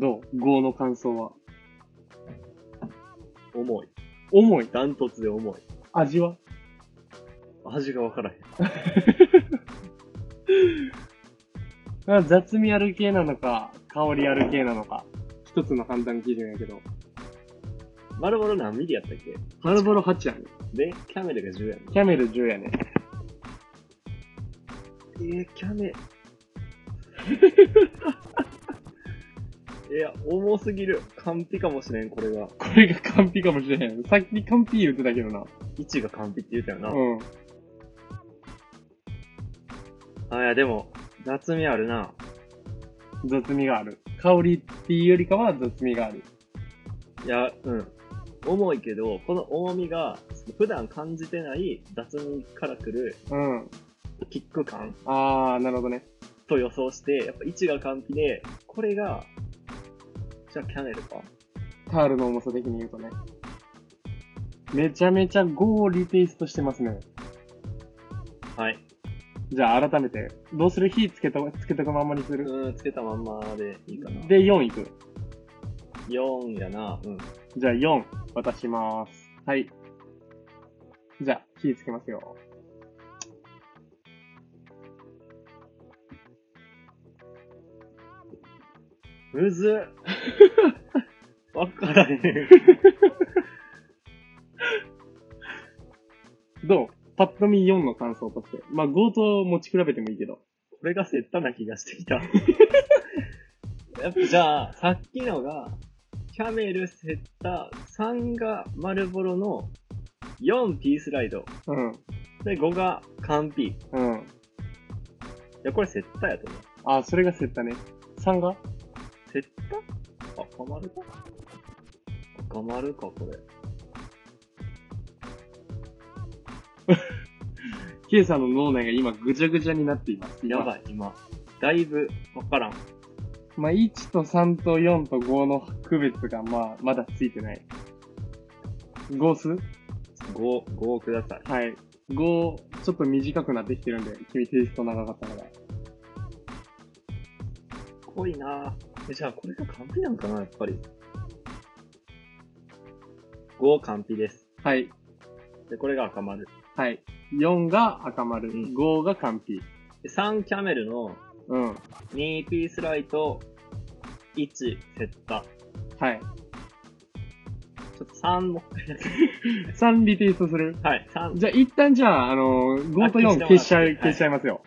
どう ?5 の感想は。重い。重い。ダントツで重い。味は味がわからへん。あ雑味ある系なのか、香りある系なのか。一つの判断基準やけど。丸々何ミリやったっけマルボロ8やね。で、キャメルが10やん。キャメル10やね。えー、キャメ。 いや、重すぎる。完璧かもしれん、これが。これが完璧かもしれへん。さっき完璧言ってたけどな。 1が完璧って言うたよな。うん。あ、いや、でも、雑味あるな。雑味がある。香りっていうよりかは雑味がある。いや、うん。重いけど、この重みが、普段感じてない雑味から来るうん。キック感あー、なるほどね。と予想して、やっぱ1が完璧で、これが、じゃあキャメルか。タールの重さ的に言うとね。めちゃめちゃ5をリテイストしてますね。はい。じゃあ改めて、どうする火つけと、つけとくまんまにするうん、つけたまんまでいいかな。で、4いく。 4やな。うん。じゃあ4、渡します。はい。じゃあ、火つけますよ。むずっ わからへん。どうパッと見4の感想として。まあ、強盗持ち比べてもいいけど。これがセッタな気がしてきた。 やっぱじゃあ、さっきのが、キャメル、セッタ、3が丸ボロの4ピースライド。うん。で、5が完ピー。いうん。や、これセッタやと思う。あ、それがセッタね。3がセッタ赤丸か赤丸か、これ。 K さんの脳内が今ぐじゃぐじゃになっています。やばい、今。だいぶ、わからん。まあ、1と3と4と5の区別が、まあ、まだついてない。5す5、5ください。はい。5、ちょっと短くなってきてるんで、君テイスト長かったから。濃いなぁ。えじゃあ、これが完璧なんかな、やっぱり。5完璧です。はい。で、これが赤丸。はい。4が赤丸、うん5が完璧。で、3キャメルのうん。 2ピースライト、1セッタ。 はい。ちょっと3も、 3リテイストするはい、3、じゃあ、一旦じゃあ、あのー、5と4消しちゃあ消してもらっい、て消しちゃいますよ。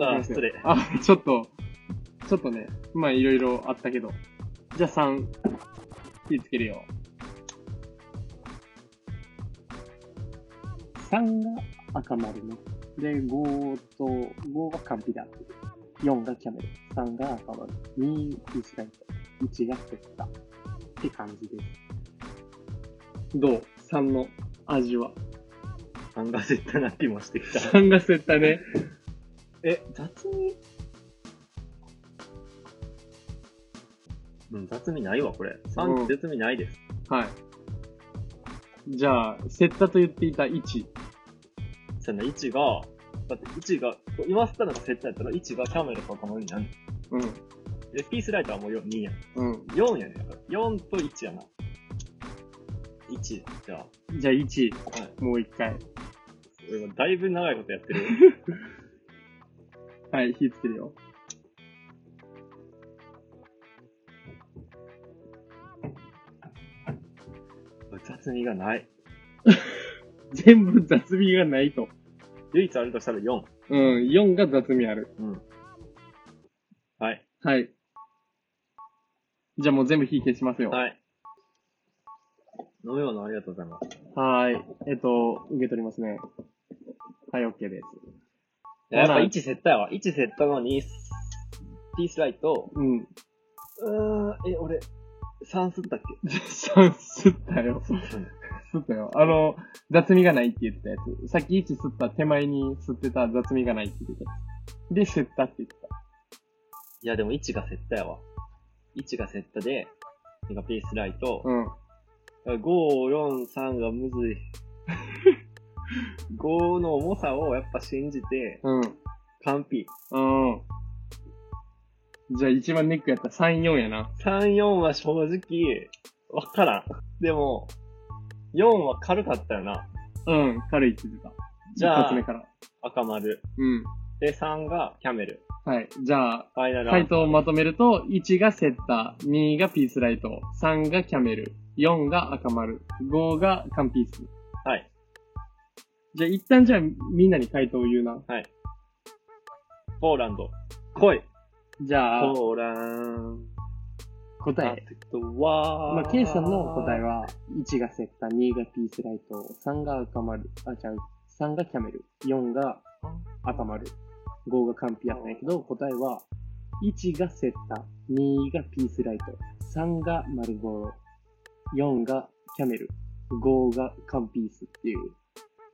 あ、失礼。あ、ちょっと、ちょっとね、まあいろいろあったけど。じゃあ3、火つけるよ。3が赤丸ね。で、5と、5が完璧だ。4がキャメル。3が赤丸。2、イスライト。1がセッタ。って感じです。どう ?3 の味は。 3がセッタな気もしてきた。 3がセッタね。え、雑味うん、雑味ないわ、これ。う3、ん雑味ないです。はい。じゃあ、セッタと言っていた1。その1が、だって1が、言わせたのがセッタやったら1がキャメルと赤丸になる。うん。で、ピースライトはもう4、2やん。う4やねん。4と1やな。1、じゃあ。ん。じゃあ1、はい。もう一回。俺はだいぶ長いことやってる。 はい、火つけるよ。雑味がない。全部雑味がないと。唯一あるとしたら4。うん、4が雑味ある。うん。はい。はい。じゃあもう全部火消しますよ。はい。飲み物ありがとうございます。はーい。えっと、受け取りますね。はい、OK です。やっぱほら1セッタやわ。1セッタの2、ピースライト。うん。うーん、え、俺、3すったっじゃあ3すったよ。けすったよ。あの、雑味がないって言ってたやつ。さっき1すった手前に吸ってた雑味がないって言ってたやつ。で、吸ったって言ってた。 いや、でも1がセッタやわ。1がセッタで、2がピースライト。うん。 5、4、3がむずい。5の重さをやっぱ信じて、うん。完璧。うん。じゃあ一番ネックやったら3、4やな。 3、4は正直、わからん。でも、4は軽かったよな。うん、軽いって言ってた。じゃあ一発目から。赤丸。うん。で、3がキャメル。はい。じゃあ、ファイナルア回ンサー答をまとめると、1がセッター、2がピースライト、3がキャメル、4が赤丸、5が缶ピース。はい。じゃあ、一旦じゃあ、みんなに回答を言うな。ポーランド。来い。じゃあ、ポーランド。答え。は、まあ、ケイさんの答えは、1がセッター、2がピースライト、3が赤丸、あ、ちゃう、3がキャメル、4が赤丸、5がカンピやったんやけど、答えは、1がセッター、2がピースライト、3が丸ボロ、4がキャメル、5がカンピースっていう、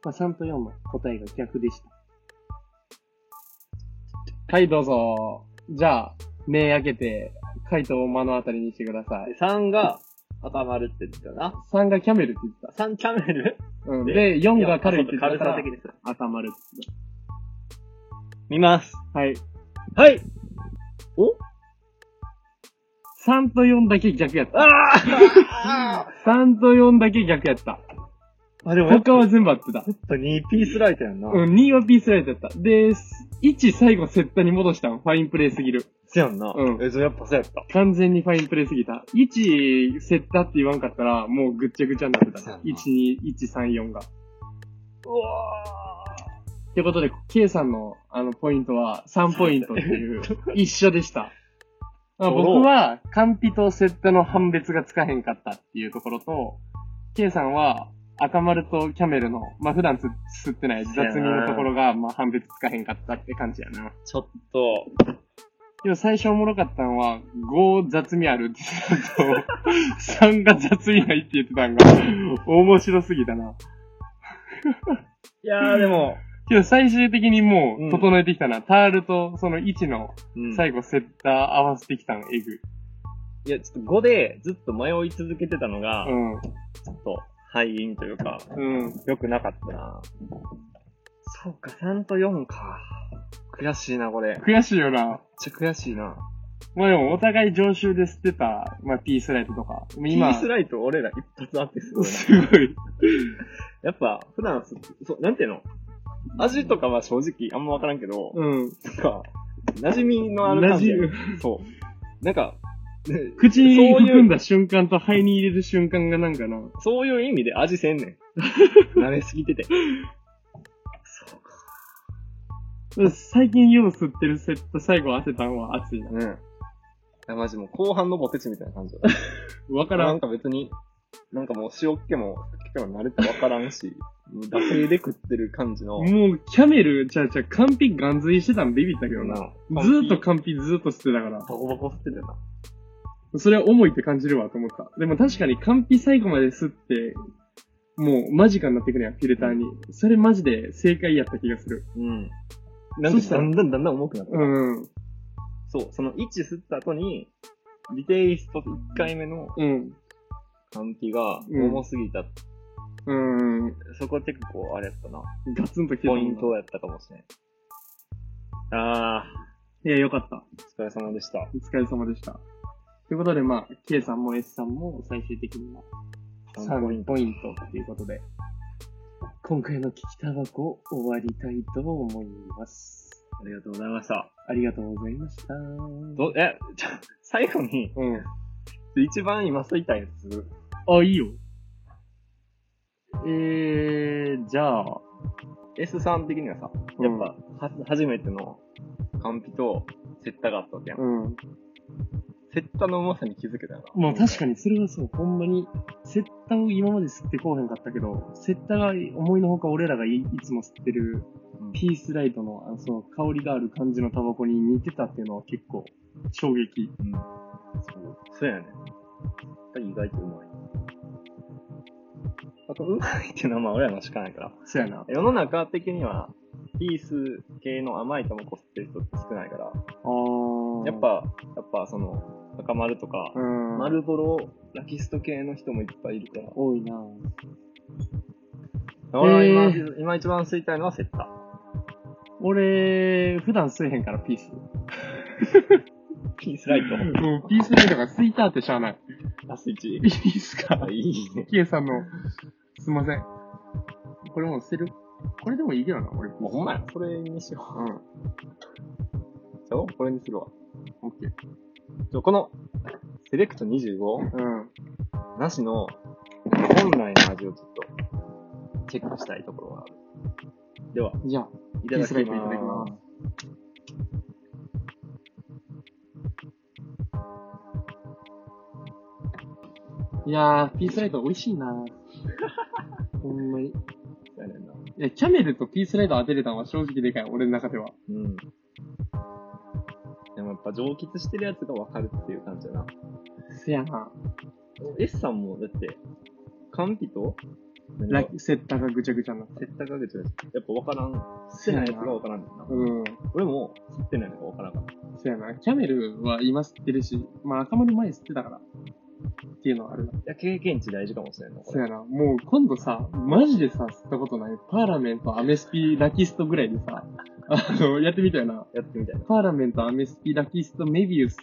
まあ、3と4の答えが逆でした。はい、どうぞ。じゃあ、目開けて、回答を目の当たりにしてください。 3が赤丸って言ってたな。 3がキャメルって言って3キャメルた。うん。で、4が軽いってい言やって軽たかさら的、です。赤丸って言って見ます。はい。はい3と4だけ逆やった。あ あ3と4だけ逆やった。あ、でもやっぱ他は全部合ってた。 2ピースライトやんな。うん、2はピースライトやった。で、1最後セッタに戻したん。ファインプレーすぎる。せやんな。うんえ、そうやっぱそうやった。完全にファインプレーすぎた。1、セッタって言わんかったら、もうぐっちゃぐちゃになってそうやなた。1、2、1、3、4が。うわーってことで、K さんの、あの、ポイントは3ポイントっていう、一緒でした。まあドロー僕は、カンピとセッタの判別がつかへんかったっていうところと、K さんは、赤丸とキャメルの、まあ普段つすってない雑味のところが、まあ判別つかへんかったって感じやな。ちょっと、今最初おもろかったのは、5雑味あるって言ってたのと、3が雑味ないって言ってたんが、面白すぎたな。いやーでも、けど最終的にもうんう整えてきたな。タールとその1のうん最後セッター合わせてきたの、エグ。いや、ちょっと5でずっと迷い続けてたのが、うちょっと敗因というか、ん。うん。良くなかったな。そうか、3と4か。悔しいな、これ。めっ悔しいよな。ちゃ悔しいな。まあでもお互い常習で捨てた、まあピースライトとか。ピー今、スライト俺ら一発あってすごいな。すごい。やっぱ、普段す、そう、なんていうの味とかは正直あんまわからんけど、うん。なんか、馴染みのある感じやね。そう。なんか、口そうにい含んう、だ瞬間と肺に入れる瞬間がなんかな。そういう意味で味せん ねん。慣れすぎてて。そうか。最近よう吸ってるセッター最後当てたんは熱いな。うん。いや、マジもう後半のボテチみたいな感じだ。わかからなんん。か別に、なんかもう塩っ気も、酒気も慣れてわからんし、もう惰性で食ってる感じの。もう、キャメル、ちゃうちゃう、完璧ガンズイしてたんビビったけどな。ずーっとバ完璧ずーっと吸ってたから。コバコ吸ってたよな。それは重いって感じるわと思った。でも確かに完璧最後まで吸って、もう間近になってくるやん、フィルターに。それマジで正解やった気がする。うん。そなんしたからだんだんだんだん重くなってうん。そう、その1吸った後に、リテイスト1回目のうん。換気がうん重すぎた。うん。そこ結構あれやったな。ガツンと来てたもポんイなントやったかもしれん。あいや、よかった。ー、お疲れ様でした。お疲れ様でした。ということで、まあ、K さんも S さんも最終的には3ポイントということで、今回の聞きタバコ終わりたいと思います。ありがとうございました。ありがとうございました。ど、え、ちょ、最後に、うん。一番今吸いたいやつ、あ、いいよ。えー、じゃあ、S さん的にはさ、やっぱ、は、初めての、カンピと、セッタがあったわけやん。うん。セッタのうまさに気づけたよな。もう確かにそれはそう、ほんまに、セッタを今まで吸ってこうへんかったけど、セッタが思いのほか俺らがいいつも吸ってるうんピースライトの、あの、その香りがある感じのタバコに似てたっていうのは結構衝撃。うん。そう。そうやね。意外とうまい。あと、うまいっていうのはまあ俺らのしかないから。そやな。あ世の中的には、ピース系の甘いタバコ吸ってる人って少ないから、ー。やっ、ぱ、やっぱその、赤丸とかう、ん。丸ボロ、ラキスト系の人もいっぱいいるから。多いな俺は今、え今一番吸いたいのはセッタ。俺、普段吸えへんからピース。ピースライト。うん、ピースライトが吸いたってしゃあない。ラス1。ピースか。いいね。キエさんの、すいません。これもう捨てるこれでもいいけどな、俺。もうほんまや。それにしようん。う。じゃあこれにするわ。オッケー。じゃあこの、セレクト 25? うん。なしの、本来の味をちょっと、チェックしたいところがある。では、じゃあ、ピいたーだスきラま。イトいただきますす。いやー、ピースライト美味しいなほんまに。いやねんなや、キャメルとピースライト当てれたのは正直でかい、俺の中では。うん。でもやっぱ上吉してるやつがわかるっていう感じだな。せやな。 S さんも、だって、カンピとラッセッターがぐちゃぐちゃになった。セッタかけてるやつやっぱわからん。吸ってないやつがわからんねんな。うん。俺も吸ってないのがわからんかった。せやな。キャメルは今吸ってるし、まあ赤森前吸ってたから。っていうのはあるな。いや、経験値大事かもしれんな。こせれやな。もう今度さ、マジでさ、吸ったことない。パーラメント、アメスピ、ラキストぐらいでさ、あの、やってみたよな。やってみたいな。パーラメント、アメスピ、ラキスト、メビウス、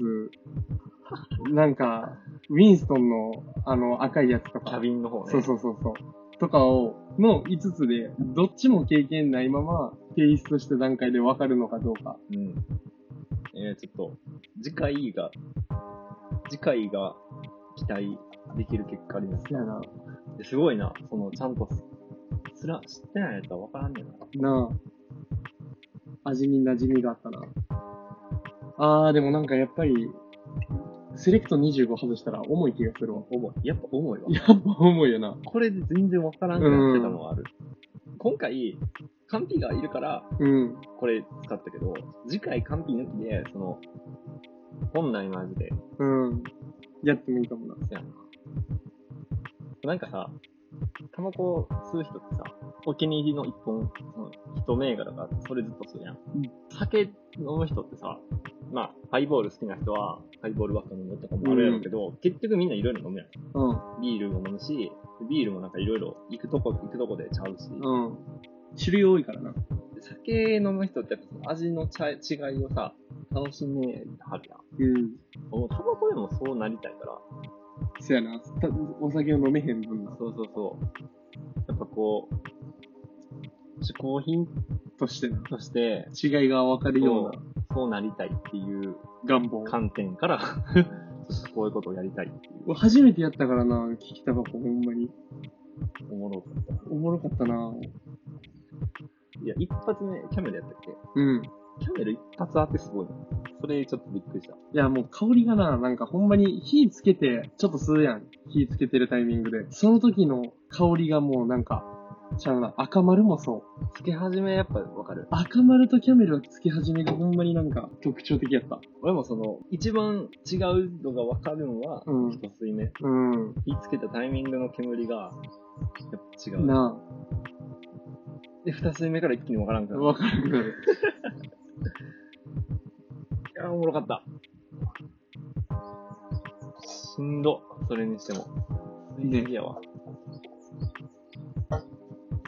なんか、ウィンストンの、あの、赤いやつとキャか。ビンの方ね。そうそうそうそう。とかを、の5つで、どっちも経験ないまま、提出した段階で分かるのかどうか。うん。えー、ちょっと、次回が、次回が期待できる結果ありますそやな。ですごいな、その、ちゃんとす、すら、知ってないやつは分からんねんな。なあ、味に馴染みがあったな。あー、でもなんかやっぱり、セレクト25外したら重い気がするわ。重い。やっぱ重いわ。やっぱ重いよな。これで全然分からんくなってたのはある。今回、カンピがいるから、うん。これ使ったけど、次回カンピ抜きで、その、本来の味で、うん。やってもいいかもな。せやな。なんかさ、タバコ吸う人ってさ、お気に入りの一本、その一銘柄があって、それずっと吸うやん。酒飲む人ってさ、まあ、ハイボール好きな人は、ハイボールばっか飲むとかもあるやろうけど、結局みんないろいろ飲むやん。うビールも飲むし、ビールもなんかいろいろ行くとこ、行くとこでちゃうし、ん。うん。種類多いからな。酒飲む人ってやっぱその味のちゃ違いをさ、楽しめはるやん。うん。もうタバコでもそうなりたいから、そやな。たお酒を飲めへん分な。そうそうそう。やっぱこう、嗜好品としてな。として、違いが分かるようそうそうなりたいっていうな願望。観点から、 ちょっとこういうことをやりたいってい俺初めてやったからな、聞きタバコほんまに。う、おもろかった。おもろかったな。いや、一発目、キャメルやったっけうん。キャメル一発当てすごいな。それちょっとびっくりした。いや、もう香りがな、なんかほんまに火つけて、ちょっと吸うやん。火つけてるタイミングで。その時の香りがもうなんか、ちゃうな。赤丸もそう。つけ始めやっぱわかる。赤丸とキャメルはつけ始めがほんまになんか特徴的やった。俺もその、一番違うのがわかるのは、うん一吸い目。うん。火つけたタイミングの煙が、やっぱ違う。なで、二吸い目から一気にわからんあ、から。いわかるくなる。や、おもろかった。しんど。それにしても。吸いすぎやわ。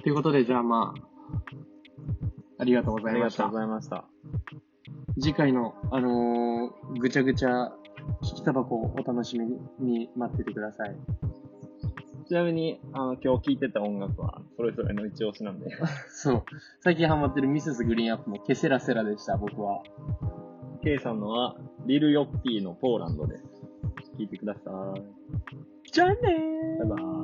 ということで、じゃあまあ、ありがとうごあざいりまがしとうたご。ざいました。次回の、あのーぐちゃぐちゃ、聞きタバコをお楽しみに待っててください。 ちなみに、あの、今日聴いてた音楽は、それぞれの一押しなんで。 そう。最近ハマってるミセスグリーンアップのケセラセラでした、僕は。 K さんのは、リル・ヨッピーのポーランドです。聴いてください。じゃあねーバイバーイ。